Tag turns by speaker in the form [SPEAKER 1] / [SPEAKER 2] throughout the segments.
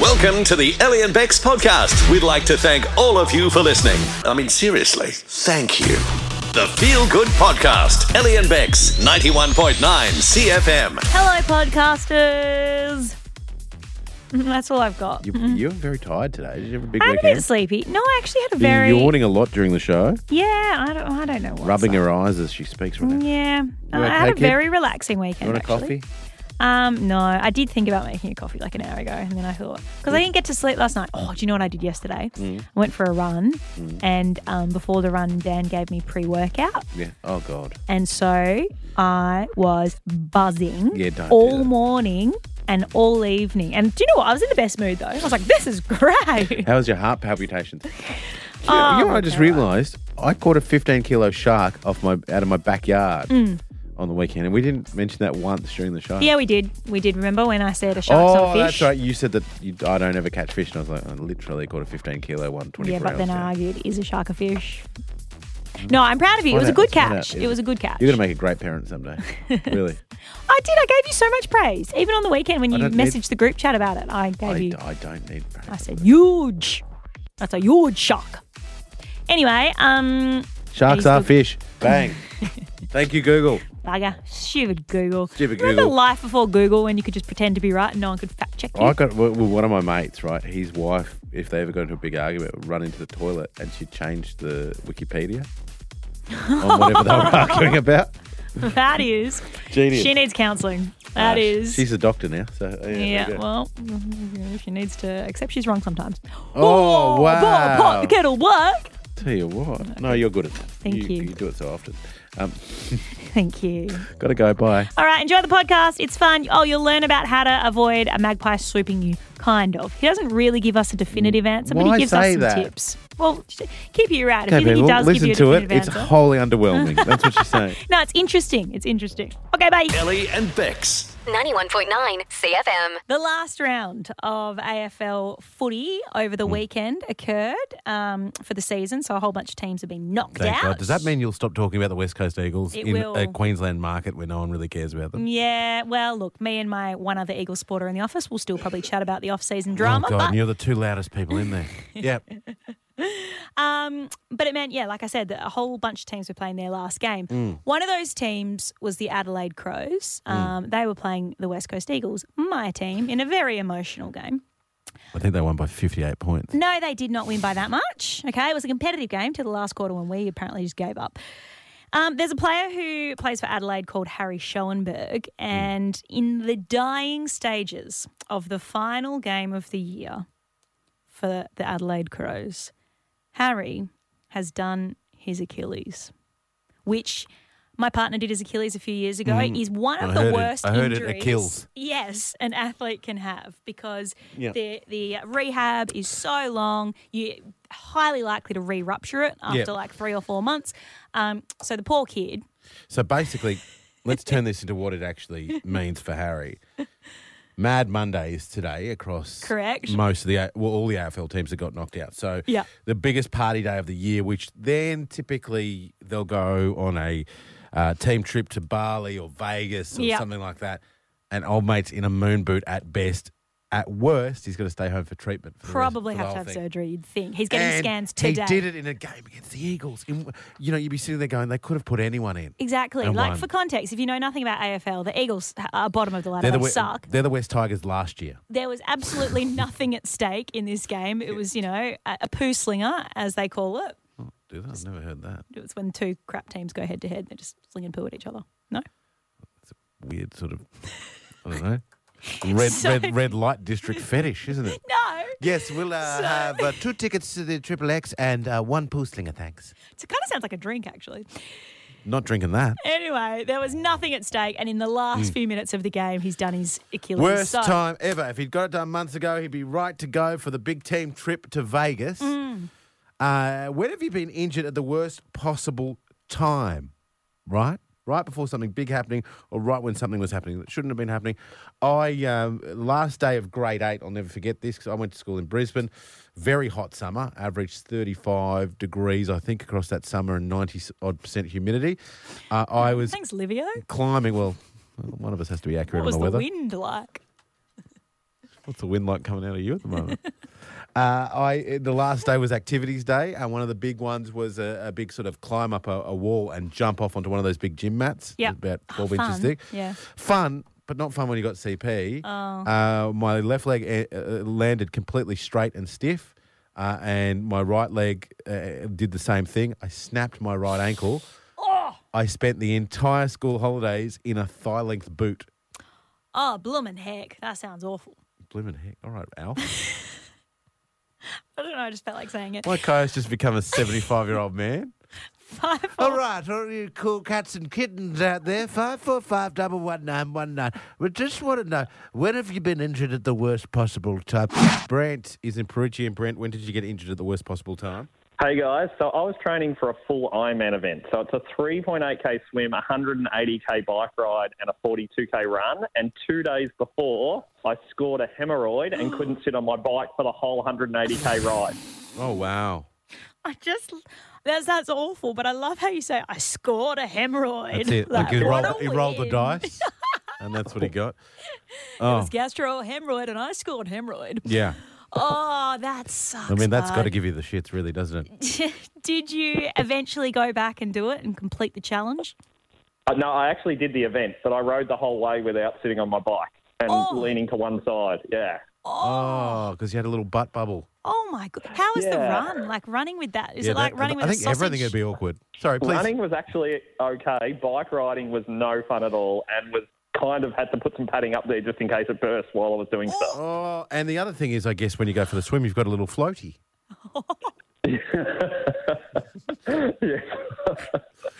[SPEAKER 1] Welcome to the Ellie and Bex podcast. We'd like to thank all of you for listening. I mean, seriously, thank you. The Feel Good Podcast, Ellie and Bex, 91.9 CFM.
[SPEAKER 2] Hello, podcasters. That's all I've got.
[SPEAKER 3] You, You're very tired today. Did you have a big
[SPEAKER 2] I'm a bit
[SPEAKER 3] weekend?
[SPEAKER 2] sleepy. No, I actually had a
[SPEAKER 3] Been
[SPEAKER 2] very
[SPEAKER 3] yawning a lot during the show,
[SPEAKER 2] yeah. I don't. I don't know what.
[SPEAKER 3] rubbing her eyes as she speaks right now.
[SPEAKER 2] Yeah, I
[SPEAKER 3] okay,
[SPEAKER 2] had a
[SPEAKER 3] kid?
[SPEAKER 2] very relaxing weekend.
[SPEAKER 3] You want a
[SPEAKER 2] actually.
[SPEAKER 3] coffee?
[SPEAKER 2] Um, no, I did think about making a coffee like an hour ago, and then I thought because I
[SPEAKER 3] Mm.
[SPEAKER 2] didn't get to sleep last night. Oh, do you know what I did yesterday? I went for a run,
[SPEAKER 3] Mm.
[SPEAKER 2] and um, before the run, Dan gave me pre-workout,
[SPEAKER 3] Yeah. Oh God.
[SPEAKER 2] and so I was buzzing
[SPEAKER 3] Yeah, don't do
[SPEAKER 2] all
[SPEAKER 3] that.
[SPEAKER 2] morning and all evening. And do you know what? I was in the best mood though. I was like, this is great.
[SPEAKER 3] How was your heart palpitations?
[SPEAKER 2] Oh,
[SPEAKER 3] you know, I just
[SPEAKER 2] okay.
[SPEAKER 3] realised I caught a 15 kilo shark off my out of my backyard on the weekend, and we didn't mention that once during the show.
[SPEAKER 2] Mm. Yeah, we did. We did. Remember when I said a shark's
[SPEAKER 3] Oh,
[SPEAKER 2] not a fish?
[SPEAKER 3] that's right. You said that you, I don't ever catch fish, and I was like, I literally caught a 15 kilo one 24
[SPEAKER 2] Yeah, but
[SPEAKER 3] hours
[SPEAKER 2] then
[SPEAKER 3] ago.
[SPEAKER 2] I argued, is a shark a fish? No, I'm proud of you. It was a
[SPEAKER 3] Find out-
[SPEAKER 2] good
[SPEAKER 3] find out,
[SPEAKER 2] catch.
[SPEAKER 3] is
[SPEAKER 2] It was a good catch.
[SPEAKER 3] You're gonna make a great parent someday. really.
[SPEAKER 2] I did. I gave you so much praise. Even on the weekend when you
[SPEAKER 3] don't
[SPEAKER 2] messaged
[SPEAKER 3] need-
[SPEAKER 2] the group chat about it, I gave
[SPEAKER 3] I,
[SPEAKER 2] you.
[SPEAKER 3] I don't need. Parents.
[SPEAKER 2] I said huge. That's a huge shark. Anyway, um,
[SPEAKER 3] Sharks
[SPEAKER 2] He's
[SPEAKER 3] are
[SPEAKER 2] the-
[SPEAKER 3] fish. Bang. Thank you, Google.
[SPEAKER 2] bugger, stupid Google.
[SPEAKER 3] Stupid
[SPEAKER 2] Remember
[SPEAKER 3] Google.
[SPEAKER 2] life before Google when you could just pretend to be right and no one could fact check you?
[SPEAKER 3] I got well, well, one of my mates, right? His wife, if they ever got into a big argument, would run into the toilet and she'd change the Wikipedia on whatever they were arguing about.
[SPEAKER 2] that is.
[SPEAKER 3] Genius.
[SPEAKER 2] She needs counselling. That
[SPEAKER 3] Uh,
[SPEAKER 2] is.
[SPEAKER 3] She's a doctor now, so yeah. there you
[SPEAKER 2] Yeah,
[SPEAKER 3] go.
[SPEAKER 2] well, she needs to accept she's wrong sometimes.
[SPEAKER 3] Oh,
[SPEAKER 2] Well, pot
[SPEAKER 3] wow.
[SPEAKER 2] the kettle black.
[SPEAKER 3] Tell you what. No, you're good at that.
[SPEAKER 2] Thank you.
[SPEAKER 3] You do it so often. Um,
[SPEAKER 2] Thank you.
[SPEAKER 3] got to go. Bye.
[SPEAKER 2] All right, enjoy the podcast. It's fun. Oh, you'll learn about how to avoid a magpie swooping you, kind of. He doesn't really give us a definitive answer, but
[SPEAKER 3] Why
[SPEAKER 2] he gives us
[SPEAKER 3] say
[SPEAKER 2] some
[SPEAKER 3] that?
[SPEAKER 2] tips. Well, sh- keep your ear out. If
[SPEAKER 3] Okay,
[SPEAKER 2] you think
[SPEAKER 3] people,
[SPEAKER 2] he does give
[SPEAKER 3] listen
[SPEAKER 2] you a
[SPEAKER 3] to
[SPEAKER 2] definitive
[SPEAKER 3] it. It's
[SPEAKER 2] answer.
[SPEAKER 3] wholly underwhelming. That's what she's saying.
[SPEAKER 2] no, it's interesting. It's interesting. Okay, bye.
[SPEAKER 1] Ellie and Bex.
[SPEAKER 4] 91.9 CFM.
[SPEAKER 2] The last round of AFL footy over
[SPEAKER 5] Hmm.
[SPEAKER 2] the weekend occurred um, for the season, so a whole bunch of teams have been knocked
[SPEAKER 5] Thank
[SPEAKER 2] out.
[SPEAKER 5] God. Does that mean you'll stop talking about the West Coast Eagles
[SPEAKER 2] It
[SPEAKER 5] in
[SPEAKER 2] will.
[SPEAKER 5] a Queensland market where no one really cares about them?
[SPEAKER 2] Yeah, well, look, me and my one other Eagle supporter in the office will still probably chat about the off-season
[SPEAKER 5] Oh
[SPEAKER 2] drama,
[SPEAKER 5] God! And you're the two loudest people in there. yep.
[SPEAKER 2] but um, but it meant, yeah, like I said, that a whole bunch of teams were playing their last game.
[SPEAKER 5] Hmm.
[SPEAKER 2] One of those teams was the Adelaide Crows. Um, They were playing the West Coast Eagles, my team, in a very emotional game.
[SPEAKER 5] I think they won by 58 points.
[SPEAKER 2] No, they did not win by that much. Okay, it was a competitive game to the last quarter when we apparently just gave up. Um, there's a player who plays for Adelaide called Harry Schoenberg, and in the dying stages of the final game of the year for the Adelaide Crows, Harry has done his Achilles, which my partner did his Achilles a few years ago. Is one of
[SPEAKER 5] Mm. I
[SPEAKER 2] the
[SPEAKER 5] heard it.
[SPEAKER 2] worst
[SPEAKER 5] I heard it,
[SPEAKER 2] injuries.
[SPEAKER 5] Achilles.
[SPEAKER 2] Yes, an athlete can have because
[SPEAKER 3] Yeah.
[SPEAKER 2] the the rehab is so long. You highly likely to re-rupture it after
[SPEAKER 5] Yeah.
[SPEAKER 2] like three or four months. Um, so the poor kid.
[SPEAKER 5] So basically, let's turn this into what it actually means for Harry. Mad Monday is today across
[SPEAKER 2] Correct.
[SPEAKER 5] most of the A- well all the AFL teams that got knocked out. So
[SPEAKER 2] Yeah.
[SPEAKER 5] the biggest party day of the year, which then typically they'll go on a uh, team trip to Bali or Vegas or
[SPEAKER 2] Yeah.
[SPEAKER 5] something like that. And old mate's in a moon boot at best. At worst, he's going to stay home for treatment. For the rest-
[SPEAKER 2] Probably
[SPEAKER 5] for the
[SPEAKER 2] have to
[SPEAKER 5] whole
[SPEAKER 2] have
[SPEAKER 5] thing.
[SPEAKER 2] surgery. You'd think he's getting
[SPEAKER 5] And
[SPEAKER 2] scans today.
[SPEAKER 5] He did it in a game against the Eagles. In, you know, you'd be sitting there going, they could have put anyone in.
[SPEAKER 2] Exactly.
[SPEAKER 5] And
[SPEAKER 2] like
[SPEAKER 5] won.
[SPEAKER 2] for context, if you know nothing about AFL, the Eagles are bottom of the ladder.
[SPEAKER 5] They're
[SPEAKER 2] They
[SPEAKER 5] the, we-
[SPEAKER 2] suck.
[SPEAKER 5] they're the West Tigers last year.
[SPEAKER 2] There was absolutely nothing at stake in this game. It was, you know, a, a poo slinger, as they call it.
[SPEAKER 5] Oh, Do that? I've never heard that.
[SPEAKER 2] It's when two crap teams go head to head. They're just slinging poo at each other. No.
[SPEAKER 5] Weird sort of, I don't know. Red,
[SPEAKER 2] So-
[SPEAKER 5] red, red light district fetish, isn't it?
[SPEAKER 2] No.
[SPEAKER 5] Yes, we'll uh, have uh, two tickets to the Triple X and uh, one pool slinger, thanks.
[SPEAKER 2] It kind of sounds like a drink, actually.
[SPEAKER 5] Not drinking that.
[SPEAKER 2] Anyway, there was nothing at stake, and in the last few minutes of the game, he's done his Achilles.
[SPEAKER 5] Mm. Worst
[SPEAKER 2] So-
[SPEAKER 5] time ever. If he'd got it done months ago, he'd be right to go for the big team trip to Vegas.
[SPEAKER 2] Mm.
[SPEAKER 5] Uh, when have you been injured at the worst possible time? Right? Right before something big happening, or right when something was happening that shouldn't have been happening. I, um, last day of grade eight, I'll never forget this because I went to school in Brisbane. Very hot summer, averaged 35 degrees, I think, across that summer and 90 odd percent humidity. Uh, I was
[SPEAKER 2] Thanks, Livio.
[SPEAKER 5] climbing, well, one of us has to be accurate
[SPEAKER 2] What was
[SPEAKER 5] on
[SPEAKER 2] the
[SPEAKER 5] the weather
[SPEAKER 2] wind like?
[SPEAKER 5] What's the wind like coming out of you at the moment? uh, I the last day was activities day, and one of the big ones was a, a big sort of climb up a, a wall and jump off onto one of those big gym mats,
[SPEAKER 2] Yep.
[SPEAKER 5] about
[SPEAKER 2] Oh,
[SPEAKER 5] twelve inches
[SPEAKER 2] fun. Oh.
[SPEAKER 5] thick.
[SPEAKER 2] Yeah.
[SPEAKER 5] fun, but not fun when you got CP. Uh, my left leg eh, uh, landed completely straight and stiff, uh, and my right leg uh, did the same thing. I snapped my right ankle.
[SPEAKER 2] Oh.
[SPEAKER 5] I spent the entire school holidays in a thigh length boot.
[SPEAKER 2] Oh, bloomin' heck. That sounds awful.
[SPEAKER 5] Blimmin' heck. All right, Al.
[SPEAKER 2] I don't know. I just felt like saying it.
[SPEAKER 5] My co's just become a 75 year old man.
[SPEAKER 2] Five
[SPEAKER 5] All right, all you cool cats and kittens out there, five four five double one nine one nine. We just want to know when have you been injured at the worst possible time? Brent is in Perugia, and Brent, when did you get injured at the worst possible time?
[SPEAKER 6] Hey guys, so I was training for a full Ironman event. So it's a 3.8k swim, 180k bike ride, and a 42k run. And two days before, I scored a hemorrhoid and couldn't sit on my bike for the whole 180k ride.
[SPEAKER 5] Oh wow,
[SPEAKER 2] I just that's that's awful, but I love how you say I scored a hemorrhoid.
[SPEAKER 5] that's it. Like,
[SPEAKER 2] Like,
[SPEAKER 5] he,
[SPEAKER 2] what
[SPEAKER 5] rolled,
[SPEAKER 2] a
[SPEAKER 5] he rolled the
[SPEAKER 2] win.
[SPEAKER 5] dice, and that's what he got. Oh,
[SPEAKER 2] It was gastro hemorrhoid, and I scored hemorrhoid.
[SPEAKER 5] Yeah,
[SPEAKER 2] Oh, that sucks.
[SPEAKER 5] I mean that's got to
[SPEAKER 2] bud.
[SPEAKER 5] give you the shits, really, doesn't it?
[SPEAKER 2] Did you eventually go back and do it and complete the challenge?
[SPEAKER 6] Uh, no, I actually did the event, but I rode the whole way without sitting on my bike and
[SPEAKER 2] Oh.
[SPEAKER 6] leaning to one side. Yeah.
[SPEAKER 5] Oh, because you had a little butt bubble.
[SPEAKER 2] Oh my god! How is the
[SPEAKER 6] Yeah.
[SPEAKER 2] run? Like running with that? Is it like
[SPEAKER 5] that-
[SPEAKER 2] running
[SPEAKER 5] I
[SPEAKER 2] with
[SPEAKER 5] think
[SPEAKER 2] a sausage?
[SPEAKER 5] everything would be awkward. Sorry, please.
[SPEAKER 6] Running was actually okay. Bike riding was no fun at all and was kind of had to put some padding up there just in case it burst while I was doing stuff.
[SPEAKER 5] Oh, and the other thing is, I guess when you go for the swim, you've got a little floaty.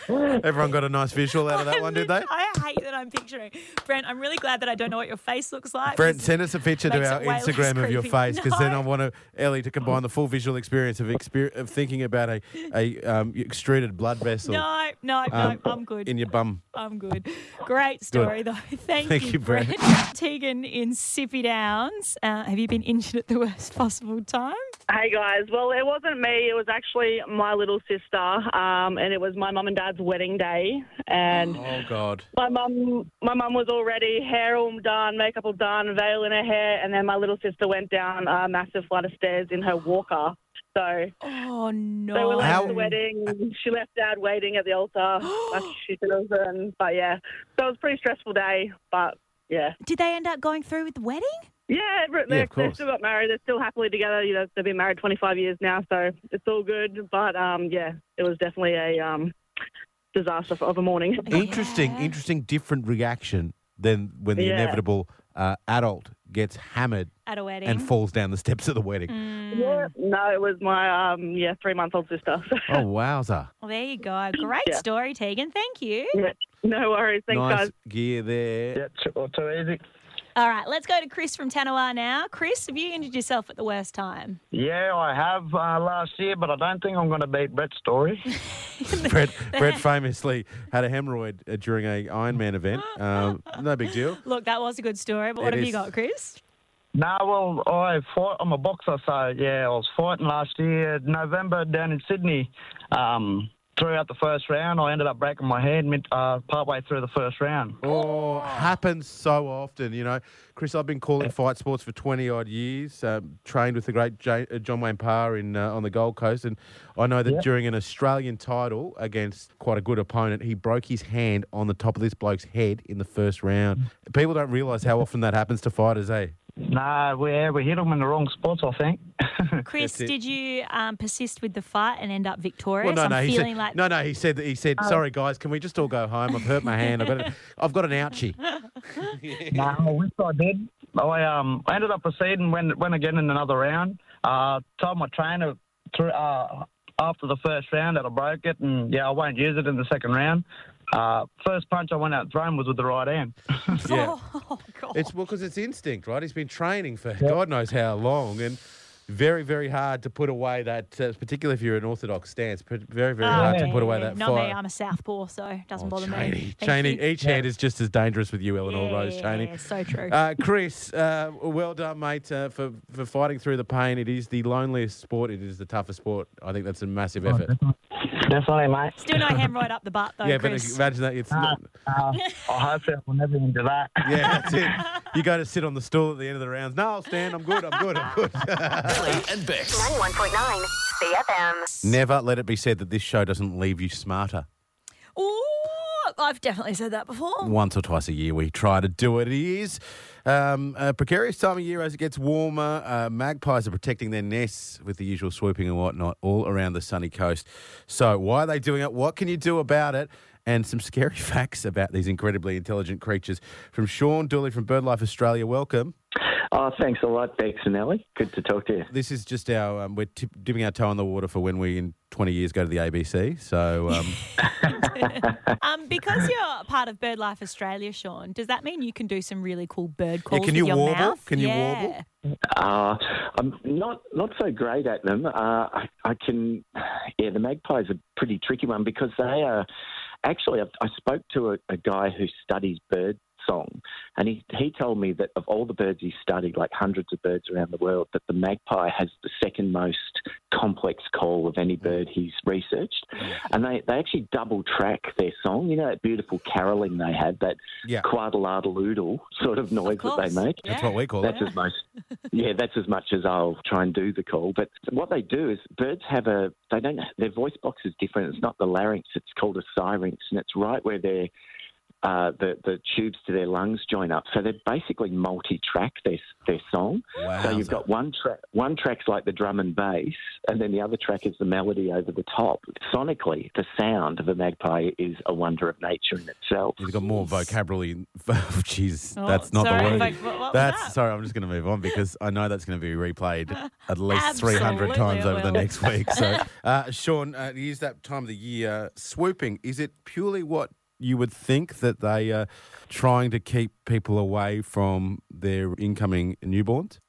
[SPEAKER 5] Everyone got a nice visual out of that one, did they?
[SPEAKER 2] I hate that I'm picturing Brent. I'm really glad that I don't know what your face looks like.
[SPEAKER 5] Brent,
[SPEAKER 2] because-
[SPEAKER 5] send us a picture to
[SPEAKER 2] Makes
[SPEAKER 5] our
[SPEAKER 2] it way less
[SPEAKER 5] Instagram of your
[SPEAKER 2] creepy.
[SPEAKER 5] face because then
[SPEAKER 2] No.
[SPEAKER 5] I want to, Ellie to combine the full visual experience of, exper- of thinking about a, a um, extruded blood vessel
[SPEAKER 2] no, no, no,
[SPEAKER 5] um,
[SPEAKER 2] I'm good.
[SPEAKER 5] in your bum.
[SPEAKER 2] I'm good. Great story, though. Thank,
[SPEAKER 5] Thank you,
[SPEAKER 2] you, Brett.
[SPEAKER 5] Brett.
[SPEAKER 2] Tegan in Sippy Downs. Uh, have you been injured at the worst possible time?
[SPEAKER 7] Hey guys, well it wasn't me. It was actually my little sister, um, and it was my mum and dad's wedding day. And
[SPEAKER 5] Oh, God.
[SPEAKER 7] my mum, my mum was already hair all done, makeup all done, veil in her hair, and then my little sister went down a massive flight of stairs in her walker. So
[SPEAKER 2] Oh
[SPEAKER 7] they were
[SPEAKER 2] no!
[SPEAKER 7] late
[SPEAKER 5] How-
[SPEAKER 7] at the wedding. She left dad waiting at the altar. like she said it was, and but yeah, so it was a pretty stressful day. But yeah,
[SPEAKER 2] Did they end up going through with the wedding?
[SPEAKER 7] yeah, they're, they're
[SPEAKER 5] course.
[SPEAKER 7] still got married. They're still happily together. You know, they've been married 25 years now, so it's all good. But um, yeah, it was definitely a um, disaster for, of a morning.
[SPEAKER 5] Interesting, interesting, different reaction than when the
[SPEAKER 7] Yeah.
[SPEAKER 5] inevitable uh, adult gets hammered
[SPEAKER 2] At a wedding. Mm,
[SPEAKER 5] and falls down the steps of the wedding.
[SPEAKER 7] Yeah, no, it was my um, yeah three month old sister. So,
[SPEAKER 5] Oh, wowza.
[SPEAKER 2] well, there you go. Great
[SPEAKER 7] Yeah.
[SPEAKER 2] story, Tegan. Thank you.
[SPEAKER 7] yeah, no worries. Thanks,
[SPEAKER 5] nice
[SPEAKER 7] guys.
[SPEAKER 5] gear there.
[SPEAKER 8] uh,
[SPEAKER 2] All right, let's go to Chris from Tanawa now. Chris, have you injured yourself at the worst time?
[SPEAKER 8] Yeah, I have uh, last year, but I don't think I'm going to beat Brett's story.
[SPEAKER 5] Brett, Brett famously had a hemorrhoid uh, during a Ironman event. Um, no big deal.
[SPEAKER 2] Look, that was a good story, but what
[SPEAKER 5] It
[SPEAKER 2] have
[SPEAKER 5] is.
[SPEAKER 2] you got, Chris?
[SPEAKER 8] no, well, I fought. I'm a boxer, so yeah, I was fighting last year, November down in Sydney. Um, throughout the first round, I ended up breaking my hand mid, uh, partway through the first round.
[SPEAKER 5] Oh, happens so often, you know. Chris, I've been calling fight sports for 20 odd years, um, trained with the great J- uh, John Wayne Parr in, uh, on the Gold Coast. And I know that during an Australian title against quite a good opponent, he broke his hand on the top of this bloke's head in the first round. People don't realise how often that happens to fighters, eh?
[SPEAKER 8] No, we, yeah, we hit him in the wrong spots, I think.
[SPEAKER 2] Chris,
[SPEAKER 5] That's it.
[SPEAKER 2] did you um, persist with the fight and end up victorious? I'm
[SPEAKER 5] he
[SPEAKER 2] feeling
[SPEAKER 5] said,
[SPEAKER 2] like Oh.
[SPEAKER 5] no, no. He said that he said, "Sorry, guys, can we just all go home? I've hurt my hand. I've got, a, I've got an ouchie."
[SPEAKER 8] No, I wish I did. I um I ended up proceeding when went again in another round. Uh, told my trainer through uh, after the first round that I broke it, and yeah, I won't use it in the second round. Uh, first punch I went out thrown was with the right hand.
[SPEAKER 5] Yeah.
[SPEAKER 2] Oh, God.
[SPEAKER 5] It's well because it's instinct, right? He's been training for God knows how long, and very, very hard to put away that, uh, particularly if you're an orthodox stance. But very, very hard to
[SPEAKER 2] Oh, Yeah,
[SPEAKER 5] put away
[SPEAKER 2] yeah,
[SPEAKER 5] that
[SPEAKER 2] Not
[SPEAKER 5] fire.
[SPEAKER 2] me. I'm a southpaw, so it doesn't bother
[SPEAKER 5] Cheney,
[SPEAKER 2] me. Thank
[SPEAKER 5] Cheney,
[SPEAKER 2] you.
[SPEAKER 5] each hand is just as dangerous with you, Eleanor Rose
[SPEAKER 2] Yeah,
[SPEAKER 5] Cheney.
[SPEAKER 2] so true.
[SPEAKER 5] Uh, Chris, uh, well done, mate, uh, for,
[SPEAKER 2] Oh,
[SPEAKER 5] for fighting through the pain. It is the loneliest sport. It is the toughest sport. I think that's a massive effort.
[SPEAKER 8] Definitely, mate.
[SPEAKER 2] Still no hemorrhoid up the butt though,
[SPEAKER 5] yeah, but
[SPEAKER 2] Oh, Chris.
[SPEAKER 5] imagine that. It's not,
[SPEAKER 8] Uh, I hope that we'll never into that.
[SPEAKER 5] yeah, that's it. You go to sit on the stool at the end of the rounds. No, I'll stand. I'm good. I'm good. I'm good.
[SPEAKER 1] Ellie and Bex.
[SPEAKER 4] 91.9 CFM.
[SPEAKER 5] Never let it be said that this show doesn't leave you smarter.
[SPEAKER 2] Ooh, I've definitely said that before.
[SPEAKER 5] Once or twice a year, we try to do it. It is um, a precarious time of year as it gets warmer. Uh, magpies are protecting their nests with the usual swooping and whatnot all around the sunny coast. So, why are they doing it? What can you do about it? And some scary facts about these incredibly intelligent creatures from Sean Dooley from BirdLife Australia. Welcome.
[SPEAKER 9] Oh, thanks a lot, Bex and Ellie. Good to talk to you.
[SPEAKER 5] This is just our um, we're tip, dipping our toe in the water for when we in 20 years go to the ABC. So um,
[SPEAKER 2] Um, because you're part of BirdLife Australia, Sean, does that mean you can do some really cool bird calls?
[SPEAKER 5] can you
[SPEAKER 2] with your
[SPEAKER 5] warble?
[SPEAKER 2] Mouth?
[SPEAKER 5] Can you
[SPEAKER 2] yeah.
[SPEAKER 5] warble?
[SPEAKER 9] Uh, I'm not not so great at them. Uh, I, I can, yeah. The magpie's a pretty tricky one because they are actually. I, I spoke to a, a guy who studies bird song, and he he told me that of all the birds he studied, like hundreds of birds around the world, that the magpie has the second most complex call of any bird he's researched, and they they actually double track their song. You know that beautiful caroling they have, that
[SPEAKER 5] Yeah.
[SPEAKER 9] quadrilateral sort of noise
[SPEAKER 2] Of
[SPEAKER 9] that
[SPEAKER 2] course.
[SPEAKER 9] they make.
[SPEAKER 5] that's what we call it.
[SPEAKER 9] That's as much. Yeah, that's as much as I'll try and do the call. But what they do is birds have a. They don't. Their voice box is different. It's not the larynx. It's called a syrinx, and it's right where their uh, the the tubes to their lungs join up. So they basically multi-track their their song.
[SPEAKER 5] Wow.
[SPEAKER 9] So you've got one track. One track's like the drum and bass, and then the other track is the melody over the top. Sonically, the sound of a magpie is a wonder of nature in itself.
[SPEAKER 5] You've got more vocabulary. Jeez,
[SPEAKER 2] Oh,
[SPEAKER 5] that's not
[SPEAKER 2] sorry,
[SPEAKER 5] the word.
[SPEAKER 2] like, what- what was
[SPEAKER 5] that's
[SPEAKER 2] that?
[SPEAKER 5] sorry. I'm just going to move on because I know that's going to be replayed at least 300
[SPEAKER 2] Absolutely
[SPEAKER 5] times
[SPEAKER 2] it
[SPEAKER 5] over the
[SPEAKER 2] will.
[SPEAKER 5] next week. So, uh, Sean, uh, you use that time of the year swooping. Is it purely what you would think that they are trying to keep people away from their incoming newborns?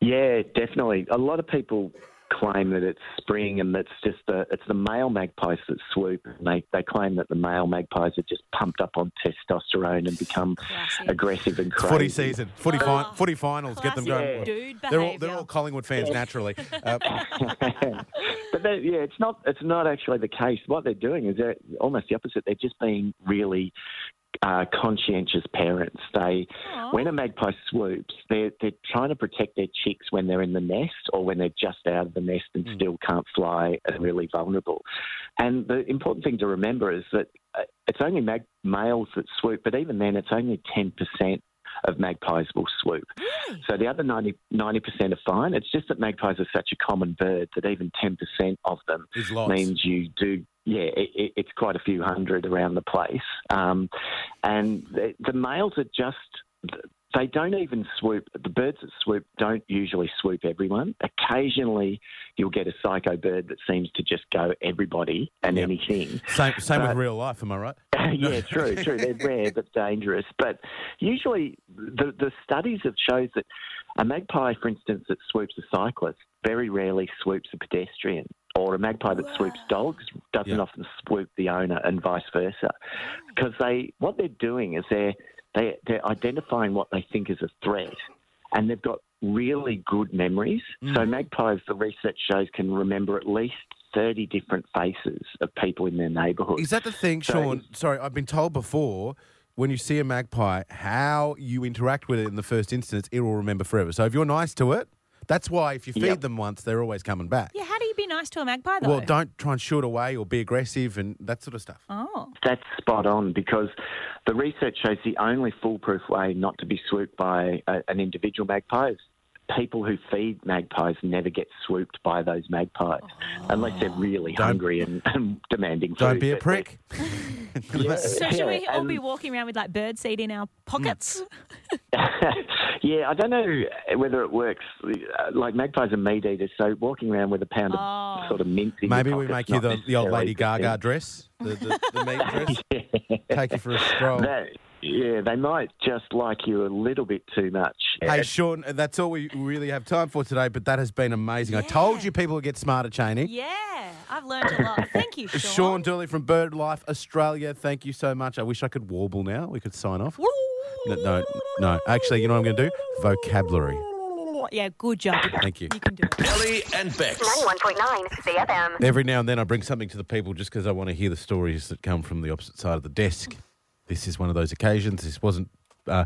[SPEAKER 9] Yeah, definitely. A lot of people claim that it's spring and it's just the it's the male magpies that swoop and they, they claim that the male magpies are just pumped up on testosterone and become
[SPEAKER 2] Classic.
[SPEAKER 9] aggressive and crazy.
[SPEAKER 5] Footy season, footy, fi-
[SPEAKER 2] Oh,
[SPEAKER 5] footy finals, get them
[SPEAKER 2] classic
[SPEAKER 5] going.
[SPEAKER 2] dude
[SPEAKER 5] they're all they're
[SPEAKER 2] behaviour.
[SPEAKER 5] all Collingwood fans naturally. Uh,
[SPEAKER 9] but they, yeah, it's not it's not actually the case. What they're doing is they're almost the opposite. They're just being really uh, conscientious parents. They
[SPEAKER 2] Aw.
[SPEAKER 9] when a magpie swoops, they're they're trying to protect their chicks when they're in the nest or when they're just out of the nest and still can't fly and really vulnerable. And the important thing to remember is that uh, it's only mag- males that swoop, but even then, it's only ten percent of magpies will swoop. So the other 90, percent are fine. It's just that magpies are such a common bird that even 10% of them
[SPEAKER 5] Is lots.
[SPEAKER 9] means you do, yeah, it, it, it's quite a few hundred around the place. Um, and the, the males are just, they don't even swoop, the birds that swoop don't usually swoop everyone. Occasionally you'll get a psycho bird that seems to just go everybody and
[SPEAKER 5] Yep.
[SPEAKER 9] anything.
[SPEAKER 5] same same with
[SPEAKER 9] But-
[SPEAKER 5] real life, am I right?
[SPEAKER 9] yeah, true, true. They're rare but dangerous. But usually, the the studies have shows that a magpie, for instance, that swoops a cyclist very rarely swoops a pedestrian, or a magpie that swoops dogs doesn't
[SPEAKER 5] Yeah.
[SPEAKER 9] often swoop the owner, and vice versa, because they what they're doing is they're they, they're identifying what they think is a threat, and they've got really good memories. So
[SPEAKER 5] Mm.
[SPEAKER 9] magpies, the research shows, can remember at least. 30 different faces of people in their neighbourhood.
[SPEAKER 5] Is that the thing,
[SPEAKER 9] So-
[SPEAKER 5] Sean? Sorry, I've been told before when you see a magpie, how you interact with it in the first instance, it will remember forever. So if you're nice to it, that's why if you feed
[SPEAKER 9] Yep.
[SPEAKER 5] them once, they're always coming back.
[SPEAKER 2] Yeah, how do you be nice to a magpie though?
[SPEAKER 5] Well, don't try and shoot away or be aggressive and that sort of stuff.
[SPEAKER 2] Oh,
[SPEAKER 9] That's spot on because the research shows the only foolproof way not to be swooped by a, an individual magpie is people who feed magpies never get swooped by those magpies
[SPEAKER 2] Oh.
[SPEAKER 9] unless they're really hungry and, and demanding food.
[SPEAKER 5] Don't be a
[SPEAKER 9] But-
[SPEAKER 5] prick.
[SPEAKER 9] Yeah,
[SPEAKER 2] so should we
[SPEAKER 9] yeah,
[SPEAKER 2] all be
[SPEAKER 9] and-
[SPEAKER 2] walking around with like bird seed in our pockets?
[SPEAKER 9] yeah, I don't know whether it works. Uh, Like magpies are meat eaters, so walking around with a pound of
[SPEAKER 2] Oh.
[SPEAKER 9] sort of mince. in your
[SPEAKER 5] Maybe we
[SPEAKER 9] pocket's
[SPEAKER 5] make you
[SPEAKER 9] not
[SPEAKER 5] the, the old
[SPEAKER 9] necessarily
[SPEAKER 5] Lady
[SPEAKER 9] the thing.
[SPEAKER 5] Gaga dress, the, the, the meat dress. Take you for a stroll.
[SPEAKER 9] That- yeah, they might just like you a little bit too much.
[SPEAKER 5] Hey, Sean, that's all we really have time for today, but that has been amazing. I told
[SPEAKER 2] Yeah.
[SPEAKER 5] you people would get smarter, Cheney.
[SPEAKER 2] Yeah, I've learned a lot. Thank you, Sean.
[SPEAKER 5] Sean Dooley from Bird Life Australia, thank you so much. I wish I could warble now. We could sign off. No, no, no. Actually, you know what I'm going to do? Vocabulary.
[SPEAKER 2] Four. Yeah, good job.
[SPEAKER 5] Thank you.
[SPEAKER 2] You can do it.
[SPEAKER 1] Ellie and Bex.
[SPEAKER 4] 91.9 CFM.
[SPEAKER 5] Every now and then I bring something to the people just because I want to hear the stories that come from the opposite side of the desk. This is one of those occasions. This wasn't, uh,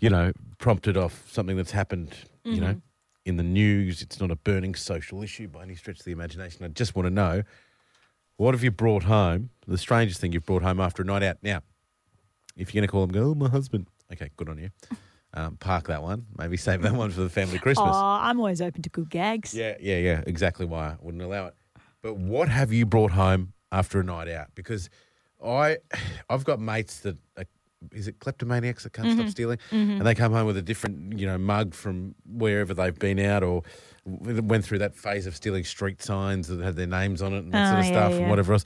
[SPEAKER 5] you know, prompted off something that's happened, you know, in the news. It's not a burning social issue by any stretch of the imagination. I just want to know what have you brought home? The strangest thing you've brought home after a night out. Now, if you're going to call them, go, oh, my husband. Okay, good on you. Um, park that one. Maybe save that one for the family Christmas.
[SPEAKER 2] Oh, I'm always open to good gags.
[SPEAKER 5] Yeah, yeah, yeah. Exactly why I wouldn't allow it. But what have you brought home after a night out? Because I, I've got mates that are, is it kleptomaniacs that can't
[SPEAKER 2] Mm-hmm.
[SPEAKER 5] stop stealing, and they come home with a different, you know, mug from wherever they've been out or w- went through that phase of stealing street signs that had their names on it and that
[SPEAKER 2] Oh,
[SPEAKER 5] sort of
[SPEAKER 2] yeah,
[SPEAKER 5] stuff
[SPEAKER 2] yeah.
[SPEAKER 5] and whatever else.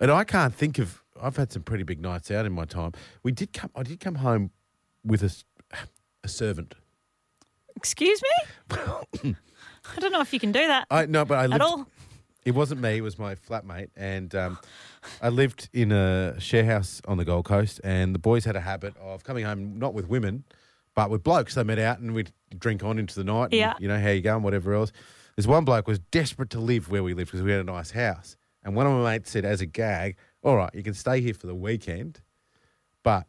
[SPEAKER 5] And I can't think of. I've had some pretty big nights out in my time. We did come. I did come home with a, s- a servant.
[SPEAKER 2] Excuse me? I don't know if you can do that
[SPEAKER 5] I no, but I lived,
[SPEAKER 2] at all.
[SPEAKER 5] It wasn't me. It was my flatmate, and um, I lived in a share house on the Gold Coast. And the boys had a habit of coming home not with women, but with blokes. They met out and we'd drink on into the night. and,
[SPEAKER 2] Yeah.
[SPEAKER 5] you know how you going, whatever else. This one bloke was desperate to live where we lived because we had a nice house. And one of my mates said, as a gag, "All right, you can stay here for the weekend, but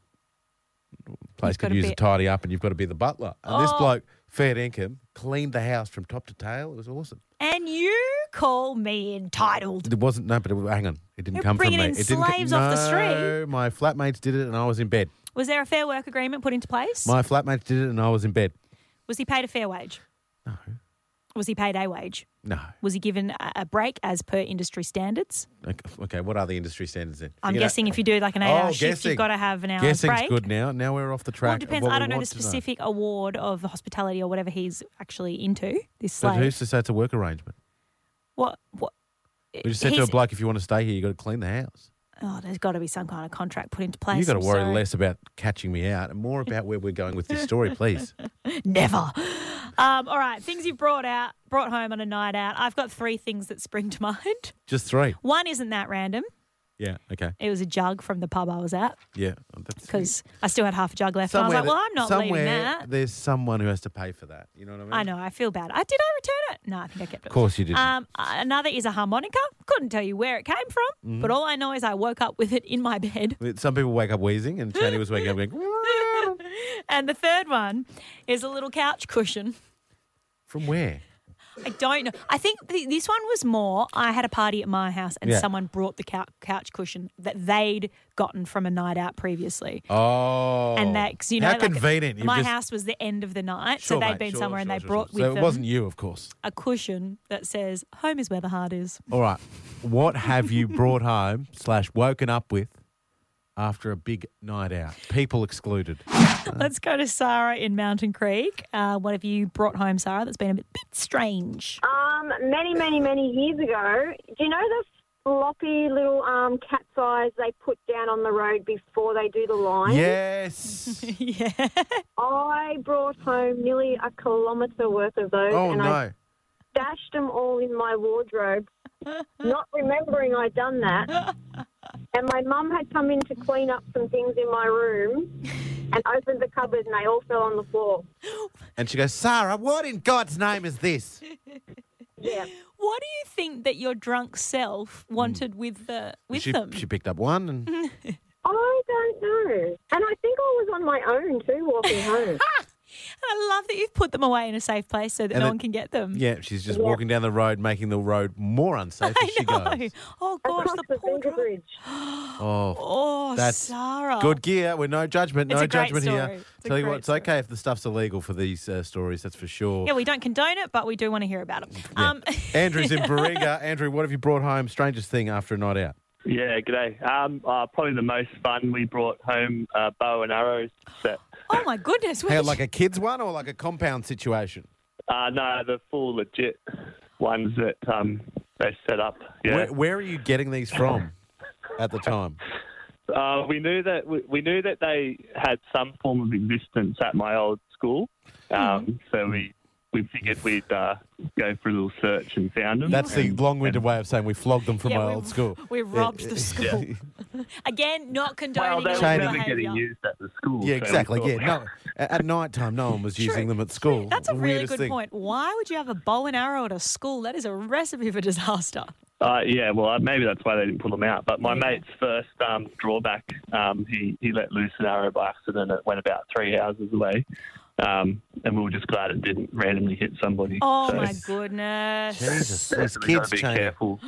[SPEAKER 5] place
[SPEAKER 2] You've gotta
[SPEAKER 5] could use
[SPEAKER 2] be-
[SPEAKER 5] a tidy up, and you've got to be the butler." And this
[SPEAKER 2] Oh.
[SPEAKER 5] bloke, fair income, cleaned the house from top to tail. It was awesome.
[SPEAKER 2] And you call me entitled.
[SPEAKER 5] It wasn't no, but it, hang on, it didn't
[SPEAKER 2] You're
[SPEAKER 5] come from me.
[SPEAKER 2] bringing in
[SPEAKER 5] it didn't
[SPEAKER 2] slaves off the street.
[SPEAKER 5] No, my flatmates did it, and I was in bed.
[SPEAKER 2] Was there a fair work agreement put into place?
[SPEAKER 5] My flatmates did it, and I was in bed.
[SPEAKER 2] Was he paid a fair wage?
[SPEAKER 5] No,
[SPEAKER 2] Was he paid a wage?
[SPEAKER 5] no.
[SPEAKER 2] Was he given a a break as per industry standards?
[SPEAKER 5] Okay, okay, what are the industry standards then?
[SPEAKER 2] I'm
[SPEAKER 5] You know-
[SPEAKER 2] guessing if you do like an eight hour
[SPEAKER 5] Oh,
[SPEAKER 2] shift,
[SPEAKER 5] guessing.
[SPEAKER 2] you've got to have an hour's
[SPEAKER 5] guessing's
[SPEAKER 2] break.
[SPEAKER 5] good now. Now we're off the track.
[SPEAKER 2] Well,
[SPEAKER 5] of
[SPEAKER 2] it depends.
[SPEAKER 5] what
[SPEAKER 2] I
[SPEAKER 5] we
[SPEAKER 2] don't know the
[SPEAKER 5] want to
[SPEAKER 2] specific award of the hospitality or whatever he's actually into. This
[SPEAKER 5] But
[SPEAKER 2] slave.
[SPEAKER 5] who's to say it's a work arrangement?
[SPEAKER 2] What? What?
[SPEAKER 5] We just said to a
[SPEAKER 2] he's-
[SPEAKER 5] bloke, if you want to stay here, you got to clean the house.
[SPEAKER 2] Oh, there's got to be some kind of contract put into place.
[SPEAKER 5] you got to
[SPEAKER 2] I'm
[SPEAKER 5] worry
[SPEAKER 2] sorry.
[SPEAKER 5] less about catching me out and more about where we're going with this story, please.
[SPEAKER 2] Never. Um, all right, things you brought out, brought home on a night out. I've got three things that spring to mind.
[SPEAKER 5] Just three.
[SPEAKER 2] One isn't that random.
[SPEAKER 5] Yeah. Okay.
[SPEAKER 2] It was a jug from the pub I was at
[SPEAKER 5] Yeah. That's
[SPEAKER 2] because I still had half a jug left. And I was like, well, I'm not leaving
[SPEAKER 5] somewhere
[SPEAKER 2] that.
[SPEAKER 5] There's someone who has to pay for that. You know what I mean?
[SPEAKER 2] I know. I feel bad. I did. I return it. No, I think I kept it. Of
[SPEAKER 5] course you didn't.
[SPEAKER 2] Um, another is a harmonica. Couldn't tell you where it came from,
[SPEAKER 5] Mm-hmm.
[SPEAKER 2] but all I know is I woke up with it in my bed.
[SPEAKER 5] Some people wake up wheezing, and Channy was waking up going,
[SPEAKER 2] And the third one is a little couch cushion.
[SPEAKER 5] from where?
[SPEAKER 2] I don't know. I think th- this one was more. I had a party at my house, and
[SPEAKER 5] Yeah.
[SPEAKER 2] someone brought the cou- couch cushion that they'd gotten from a night out previously.
[SPEAKER 5] Oh.
[SPEAKER 2] And that, 'cause, you know,
[SPEAKER 5] How
[SPEAKER 2] like,
[SPEAKER 5] convenient. You've
[SPEAKER 2] my
[SPEAKER 5] just-
[SPEAKER 2] house was the end of the night, so
[SPEAKER 5] Sure,
[SPEAKER 2] they'd
[SPEAKER 5] mate,
[SPEAKER 2] been
[SPEAKER 5] sure,
[SPEAKER 2] somewhere and
[SPEAKER 5] sure,
[SPEAKER 2] they
[SPEAKER 5] sure,
[SPEAKER 2] brought
[SPEAKER 5] sure.
[SPEAKER 2] with
[SPEAKER 5] So it
[SPEAKER 2] them
[SPEAKER 5] wasn't you, of course.
[SPEAKER 2] a cushion that says "Home is where the heart is."
[SPEAKER 5] All right. What have you brought home slash woken up with after a big night out? People excluded.
[SPEAKER 2] Let's go to Sarah in Mountain Creek. Uh, what have you brought home, Sarah? That's been a bit, bit strange.
[SPEAKER 10] Um, many, many, many years ago, do you know the floppy little um, cat's eyes they put down on the road before they do the line?
[SPEAKER 5] Yes.
[SPEAKER 2] yeah.
[SPEAKER 10] I brought home nearly a kilometre worth of those
[SPEAKER 5] Oh
[SPEAKER 10] and I
[SPEAKER 5] no.
[SPEAKER 10] dashed them all in my wardrobe, not remembering I'd done that. And my mum had come in to clean up some things in my room and opened the cupboard and they all fell on the floor.
[SPEAKER 5] And she goes, Sarah, what in God's name is this?
[SPEAKER 10] Yeah.
[SPEAKER 2] What do you think that your drunk self wanted with the with
[SPEAKER 5] Hmm. she,
[SPEAKER 2] them?
[SPEAKER 5] she picked up one and
[SPEAKER 10] I don't know. And I think I was on my own too walking home.
[SPEAKER 2] I love that you've put them away in a safe place so that
[SPEAKER 5] And
[SPEAKER 2] no
[SPEAKER 5] it-
[SPEAKER 2] one can get them.
[SPEAKER 5] yeah, she's just walking down the road, making the road more unsafe as she
[SPEAKER 2] No.
[SPEAKER 5] goes.
[SPEAKER 2] Oh gosh,
[SPEAKER 10] Across
[SPEAKER 2] the
[SPEAKER 10] the
[SPEAKER 2] poor
[SPEAKER 10] Finger
[SPEAKER 2] driver.
[SPEAKER 10] Bridge.
[SPEAKER 5] Oh,
[SPEAKER 2] Oh,
[SPEAKER 5] That's
[SPEAKER 2] Sarah.
[SPEAKER 5] Good gear. We're no judgment.
[SPEAKER 2] It's
[SPEAKER 5] no
[SPEAKER 2] a great
[SPEAKER 5] judgment
[SPEAKER 2] story.
[SPEAKER 5] here.
[SPEAKER 2] It's a
[SPEAKER 5] Tell you
[SPEAKER 2] great
[SPEAKER 5] what, it's
[SPEAKER 2] story.
[SPEAKER 5] okay if the stuff's illegal for these uh, stories. That's for sure.
[SPEAKER 2] Yeah, we don't condone it, but we do want to hear about it. Um,
[SPEAKER 5] Andrew's in Baringa. Andrew, what have you brought home? Strangest thing after a night out.
[SPEAKER 8] Yeah, g'day. Um, uh, probably the most fun we brought home uh, bow and arrows set.
[SPEAKER 2] oh my goodness.
[SPEAKER 5] How,
[SPEAKER 2] which-
[SPEAKER 5] like a kids one or like a compound situation?
[SPEAKER 8] Uh, no, the full legit ones that um, they set up. Yeah,
[SPEAKER 5] Where, where are you getting these from at the time?
[SPEAKER 8] uh, we knew that we, we knew that they had some form of existence at my old school, um, so we we figured we'd uh, go for a little search and found them.
[SPEAKER 5] That's the
[SPEAKER 8] And-
[SPEAKER 5] long-winded way of saying we flogged them from
[SPEAKER 2] Yeah,
[SPEAKER 5] my
[SPEAKER 2] we-
[SPEAKER 5] old school.
[SPEAKER 2] We robbed the school. Again, not
[SPEAKER 8] well,
[SPEAKER 2] condoning
[SPEAKER 8] they
[SPEAKER 2] any
[SPEAKER 8] were
[SPEAKER 5] China.
[SPEAKER 8] never
[SPEAKER 2] behaviour.
[SPEAKER 8] getting used at the school.
[SPEAKER 5] Yeah,
[SPEAKER 8] so we
[SPEAKER 5] exactly.
[SPEAKER 8] thought,
[SPEAKER 5] Yeah, no. At night time, no one was using them at school.
[SPEAKER 2] That's a
[SPEAKER 5] The
[SPEAKER 2] really
[SPEAKER 5] weirdest
[SPEAKER 2] good
[SPEAKER 5] thing.
[SPEAKER 2] point. Why would you have a bow and arrow at a school? That is a recipe for disaster.
[SPEAKER 11] Uh, yeah, well, uh, maybe that's why they didn't pull them out. But my mate's first um, drawback, um, he, he let loose an arrow by accident. It went about three houses away. Um, and we were just glad it didn't randomly hit somebody.
[SPEAKER 2] Oh
[SPEAKER 11] So-
[SPEAKER 2] my goodness.
[SPEAKER 5] Jesus, these
[SPEAKER 11] Definitely
[SPEAKER 5] kids
[SPEAKER 11] gotta be
[SPEAKER 5] change.
[SPEAKER 11] careful.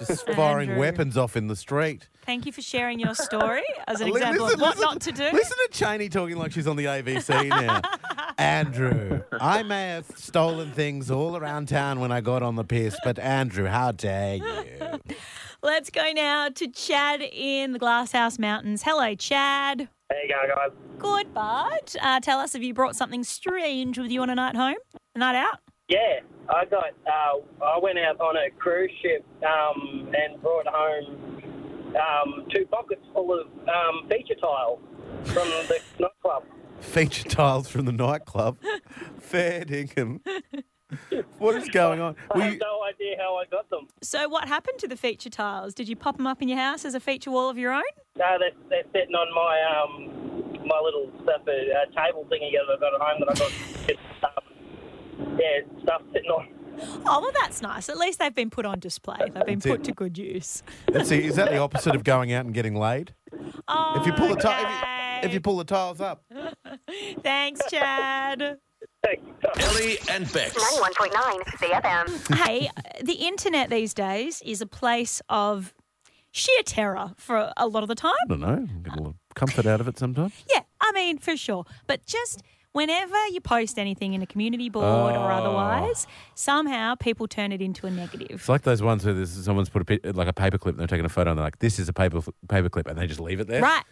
[SPEAKER 5] Just firing
[SPEAKER 2] Andrew.
[SPEAKER 5] weapons off in the street.
[SPEAKER 2] Thank you for sharing your story as an
[SPEAKER 5] Li-
[SPEAKER 2] example
[SPEAKER 5] listen,
[SPEAKER 2] of what
[SPEAKER 5] listen,
[SPEAKER 2] not to do.
[SPEAKER 5] Listen to Cheney talking like she's on the ABC now. Andrew, I may have stolen things all around town when I got on the piss, but Andrew, how dare you?
[SPEAKER 2] Let's go now to Chad in the Glasshouse Mountains. Hello, Chad.
[SPEAKER 12] There you go, guys.
[SPEAKER 2] Good, bud. Uh, tell us, have you brought something strange with you on a night home? A night out?
[SPEAKER 12] Yeah, I got. Uh, I went out on a cruise ship um, and brought home um, two pockets full of um, feature tile from the nightclub.
[SPEAKER 5] Feature tiles from the nightclub. Fair dinkum. What is going on?
[SPEAKER 12] I
[SPEAKER 5] Were
[SPEAKER 12] have
[SPEAKER 5] you-
[SPEAKER 12] no idea how I got them.
[SPEAKER 2] So, what happened to the feature tiles? Did you pop them up in your house as a feature wall of your own?
[SPEAKER 12] No, uh, they're, they're sitting on my um, my little stuff uh, table thingy that I got at home that I got. um, yeah, stuff sitting on.
[SPEAKER 2] Oh, well, that's nice. At least they've been put on display, they've been
[SPEAKER 5] That's it.
[SPEAKER 2] put to good use.
[SPEAKER 5] Let's see, is that the opposite of going out and getting laid? if you pull the ti- if, you, if you pull the tiles up.
[SPEAKER 2] Thanks, Chad.
[SPEAKER 1] Ellie and Bex.
[SPEAKER 4] 91.9 CFM.
[SPEAKER 2] hey, the internet these days is a place of sheer terror for a lot of the time.
[SPEAKER 5] I don't know. Get a little comfort out of it sometimes.
[SPEAKER 2] Yeah, I mean, for sure. But just whenever you post anything in a community board or
[SPEAKER 5] Oh.
[SPEAKER 2] otherwise, somehow people turn it into a negative.
[SPEAKER 5] It's like those ones where there's, someone's put a pi- like a paperclip and they're taking a photo and they're like, "This is a paper paperclip," and they just leave it there.
[SPEAKER 2] Right.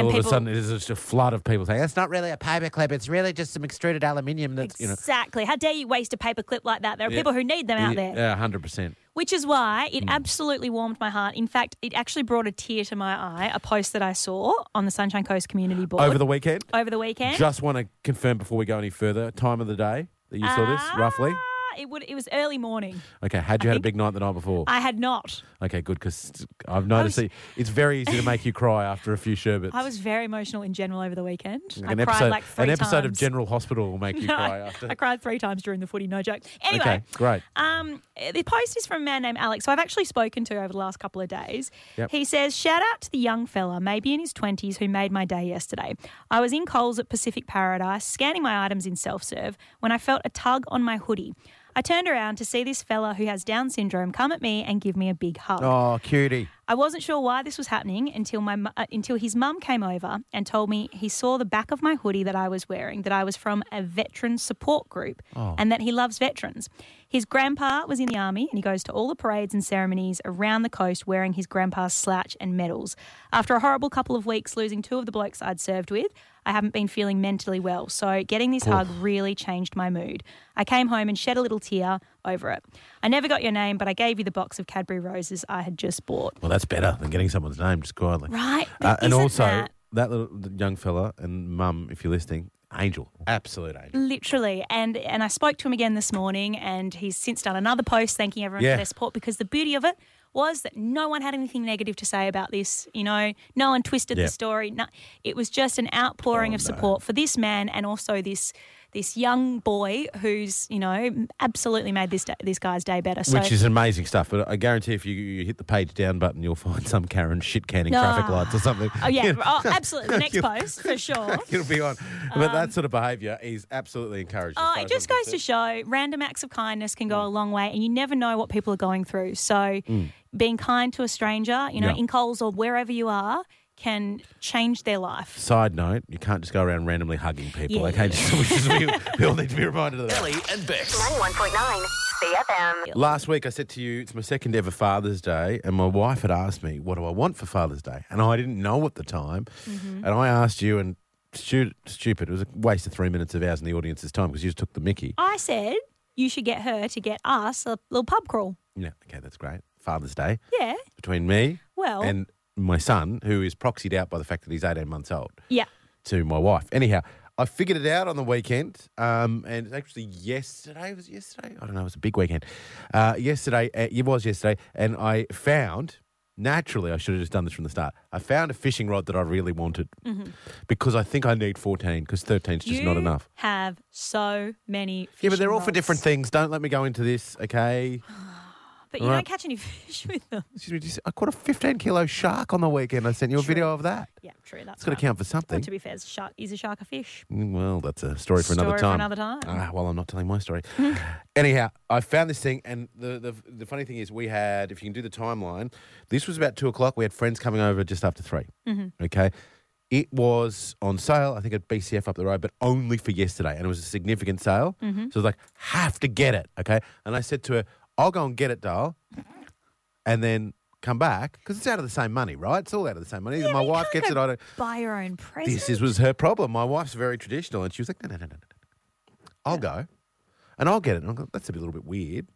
[SPEAKER 2] And
[SPEAKER 5] all of a
[SPEAKER 2] people-
[SPEAKER 5] sudden, it is just a flood of people saying, "That's not really a paperclip. It's really just some extruded aluminium." That's you know.
[SPEAKER 2] Exactly. How dare you waste a paperclip like that? There are
[SPEAKER 5] Yeah.
[SPEAKER 2] people who need them out there.
[SPEAKER 5] Yeah, Hmm. hundred percent.
[SPEAKER 2] Which is why it absolutely warmed my heart. In fact, it actually brought a tear to my eye, a post that I saw on the Sunshine Coast Community Board.
[SPEAKER 5] Over the weekend.
[SPEAKER 2] Over the weekend.
[SPEAKER 5] Just want to confirm before we go any further, time of the day that you saw this roughly.
[SPEAKER 2] Ah, It, would, it was early morning.
[SPEAKER 5] Okay, had you had a big night the night before?
[SPEAKER 2] I had not.
[SPEAKER 5] okay, good because I've noticed that it's very easy to make you cry after a few sherbets.
[SPEAKER 2] I was very emotional in general over the weekend. I
[SPEAKER 5] an
[SPEAKER 2] cried
[SPEAKER 5] episode,
[SPEAKER 2] like three
[SPEAKER 5] an episode of
[SPEAKER 2] times.
[SPEAKER 5] General Hospital will make you
[SPEAKER 2] No,
[SPEAKER 5] cry after.
[SPEAKER 2] I cried three times during the footy, no joke. Anyway,
[SPEAKER 5] Okay, great.
[SPEAKER 2] Um, the post is from a man named Alex, who I've actually spoken to over the last couple of days.
[SPEAKER 13] Yep.
[SPEAKER 2] He says, Shout out to the young fella, maybe in his 20s, who made my day yesterday. I was in Coles at Pacific Paradise, scanning my items in self serve, when I felt a tug on my hoodie. I turned around to see this fella who has Down syndrome come at me and give me a big hug.
[SPEAKER 5] Oh, cutie.
[SPEAKER 2] I wasn't sure why this was happening until my mu- uh, until his mum came over and told me he saw the back of my hoodie that I was wearing that I was from a veteran support group
[SPEAKER 13] Oh.
[SPEAKER 2] and that he loves veterans. His grandpa was in the army and he goes to all the parades and ceremonies around the coast wearing his grandpa's slouch and medals. After a horrible couple of weeks losing two of the blokes I'd served with, I haven't been feeling mentally well, so getting this
[SPEAKER 13] Oof.
[SPEAKER 2] hug really changed my mood. I came home and shed a little tear over it. I never got your name, but I gave you the box of Cadbury roses I had just bought.
[SPEAKER 5] Well, that's better than getting someone's name just quietly.
[SPEAKER 2] Right,
[SPEAKER 5] Uh,
[SPEAKER 2] but
[SPEAKER 5] and
[SPEAKER 2] isn't
[SPEAKER 5] also,
[SPEAKER 2] that-
[SPEAKER 5] that, little the young fella and mum, if you're listening, angel. Absolute angel.
[SPEAKER 2] Literally, and and I spoke to him again this morning, and he's since done another post thanking everyone
[SPEAKER 5] Yeah.
[SPEAKER 2] for their support because the beauty of it was that no one had anything negative to say about this. You know, no one twisted
[SPEAKER 13] Yeah.
[SPEAKER 2] the story. No, it was just an
[SPEAKER 5] Oh,
[SPEAKER 2] outpouring of support for this man and also this this young boy who's you know absolutely made this day, this guy's day better. Mm, So
[SPEAKER 5] Which is amazing stuff. But I guarantee if you, you hit the page down button, you'll find some Karen shit canning traffic
[SPEAKER 2] Ah.
[SPEAKER 5] lights or something.
[SPEAKER 2] oh yeah,
[SPEAKER 5] You know,
[SPEAKER 2] oh, absolutely. The next
[SPEAKER 5] You'll-
[SPEAKER 2] post for sure.
[SPEAKER 5] You'll be on. But that sort of behaviour is absolutely encouraged. as
[SPEAKER 2] Um, Oh,
[SPEAKER 5] far
[SPEAKER 2] it
[SPEAKER 5] as
[SPEAKER 2] just
[SPEAKER 5] I'm
[SPEAKER 2] goes to
[SPEAKER 5] concerned. Mm.
[SPEAKER 2] show random acts of kindness can go a long way, and you never know what people are going through. So, being kind to a stranger, you know,
[SPEAKER 5] Yeah.
[SPEAKER 2] in Coles or wherever you are, can change their life.
[SPEAKER 5] Side note, you can't just go around randomly hugging people,
[SPEAKER 2] Yeah.
[SPEAKER 5] okay? Just, we, just- we- we all need to be reminded of that.
[SPEAKER 1] Ellie and Bex.
[SPEAKER 4] 91.9 CFM.
[SPEAKER 5] Last week, I said to you, it's my second ever Father's Day, and my wife had asked me, What do I want for Father's Day? And I didn't know at the time. And I asked you, and stu- stupid, it was a waste of three minutes of ours in the audience's time because you just took the mickey.
[SPEAKER 2] I said you should get her to get us a little pub crawl.
[SPEAKER 5] Yeah, okay, that's great. Father's Day
[SPEAKER 2] Yeah,
[SPEAKER 5] between me
[SPEAKER 2] Well-
[SPEAKER 5] and my son, who is proxied out by the fact that he's 18 months old,
[SPEAKER 2] yeah.
[SPEAKER 5] to my wife. Anyhow, I figured it out on the weekend, um, and it's actually yesterday, was it yesterday? I don't know. It was a big weekend. Uh, yesterday, uh, it was yesterday, and I found Naturally, I should have just done this from the start. I found a fishing rod that I really wanted
[SPEAKER 2] Mhm.
[SPEAKER 5] because I think I need 14 because 13 is just not
[SPEAKER 2] You
[SPEAKER 5] enough.
[SPEAKER 2] Have so many.
[SPEAKER 5] Yeah, but they're
[SPEAKER 2] fishing
[SPEAKER 5] all for
[SPEAKER 2] rods.
[SPEAKER 5] different things. Don't let me go into this, okay?
[SPEAKER 2] But you
[SPEAKER 5] All right.
[SPEAKER 2] don't catch any fish with them.
[SPEAKER 5] Excuse me, just- I caught a 15 kilo shark on the weekend. I sent you a video of that.
[SPEAKER 2] Yeah, true. That's
[SPEAKER 5] It's gotta
[SPEAKER 2] right.
[SPEAKER 5] count for something.
[SPEAKER 2] Well, to be fair, is a shark is a shark a fish?
[SPEAKER 5] Mm, Well, that's a story for another
[SPEAKER 2] Story for
[SPEAKER 5] time.
[SPEAKER 2] another time.
[SPEAKER 5] Ah, well, I'm not telling my story. Anyhow, I found this thing, and the, the the funny thing is, we had, if you can do the timeline, this was about two o'clock. We had friends coming over just after three.
[SPEAKER 13] Mhm.
[SPEAKER 2] Mm-hmm.
[SPEAKER 5] Okay, it was on sale. I think at BCF up the road, but only for yesterday, and it was a significant sale.
[SPEAKER 2] Mm-hmm.
[SPEAKER 13] Mhm.
[SPEAKER 5] So I was like, have to get it. Okay, and I said to her, I'll go and get it, doll, and then come back because it's out of the same money, right? It's all out of the same money. Either my wife gets it. I don't.
[SPEAKER 2] Buy your own present.
[SPEAKER 5] This is, was her problem. My wife's very traditional, and she was like, no, no, no, no, no. no. I'll go, and I'll get it. And I'm like, that's a little bit weird.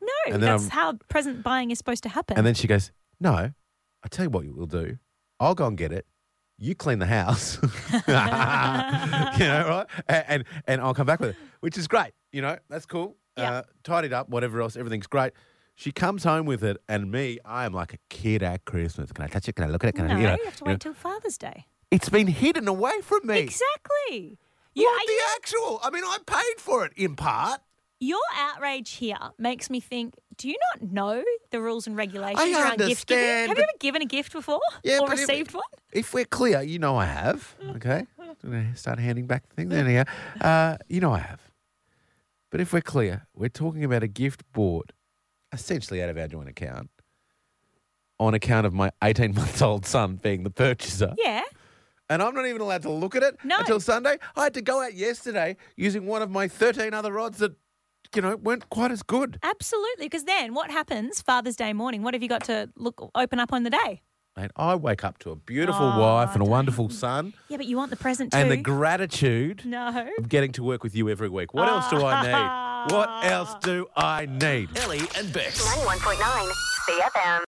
[SPEAKER 2] no.
[SPEAKER 5] and then
[SPEAKER 2] that's
[SPEAKER 5] I'm-
[SPEAKER 2] how present buying is supposed to happen.
[SPEAKER 5] And then she goes, no, I tell you what we'll do. I'll go and get it. You clean the house, you know, right? And, and and I'll come back with it, which is great. You know, that's cool. Uh, tidied up, whatever else, everything's great. She comes home with it, and me, I am like a kid at Christmas. Can I touch it? Can I look at it? Can
[SPEAKER 2] no,
[SPEAKER 5] I?
[SPEAKER 2] you,
[SPEAKER 5] You know,
[SPEAKER 2] have to
[SPEAKER 5] you know.
[SPEAKER 2] wait till Father's Day.
[SPEAKER 5] It's been hidden away from me.
[SPEAKER 2] Exactly.
[SPEAKER 5] what the actual? I mean, I paid for it in part.
[SPEAKER 2] Your outrage here makes me think. Do you not know the rules and regulations around gift giving? Have
[SPEAKER 5] understand,
[SPEAKER 2] you
[SPEAKER 5] but-
[SPEAKER 2] ever given a gift before
[SPEAKER 5] Yeah,
[SPEAKER 2] or
[SPEAKER 5] but if-
[SPEAKER 2] received one?
[SPEAKER 5] If we're clear, you know I have. Okay, I'm gonna start handing back things anyhow. Uh, you know I have. But if we're clear, we're talking about a gift bought essentially out of our joint account on account of my 18 month old son being the purchaser.
[SPEAKER 2] Yeah.
[SPEAKER 5] And I'm not even allowed to look at it
[SPEAKER 2] No.
[SPEAKER 5] until Sunday. I had to go out yesterday using one of my 13 other rods that, you know, weren't quite as good.
[SPEAKER 2] Absolutely, because then what happens Father's Day morning? What have you got to look open up on the day?
[SPEAKER 5] And I wake up to a beautiful
[SPEAKER 2] Oh,
[SPEAKER 5] wife and a wonderful son
[SPEAKER 2] Yeah, but you want the present too.
[SPEAKER 5] and the gratitude
[SPEAKER 2] no.
[SPEAKER 5] of getting to work with you every week. What else do I need? What else do I need?
[SPEAKER 1] Ellie and Bex.
[SPEAKER 4] 91.9 CFM.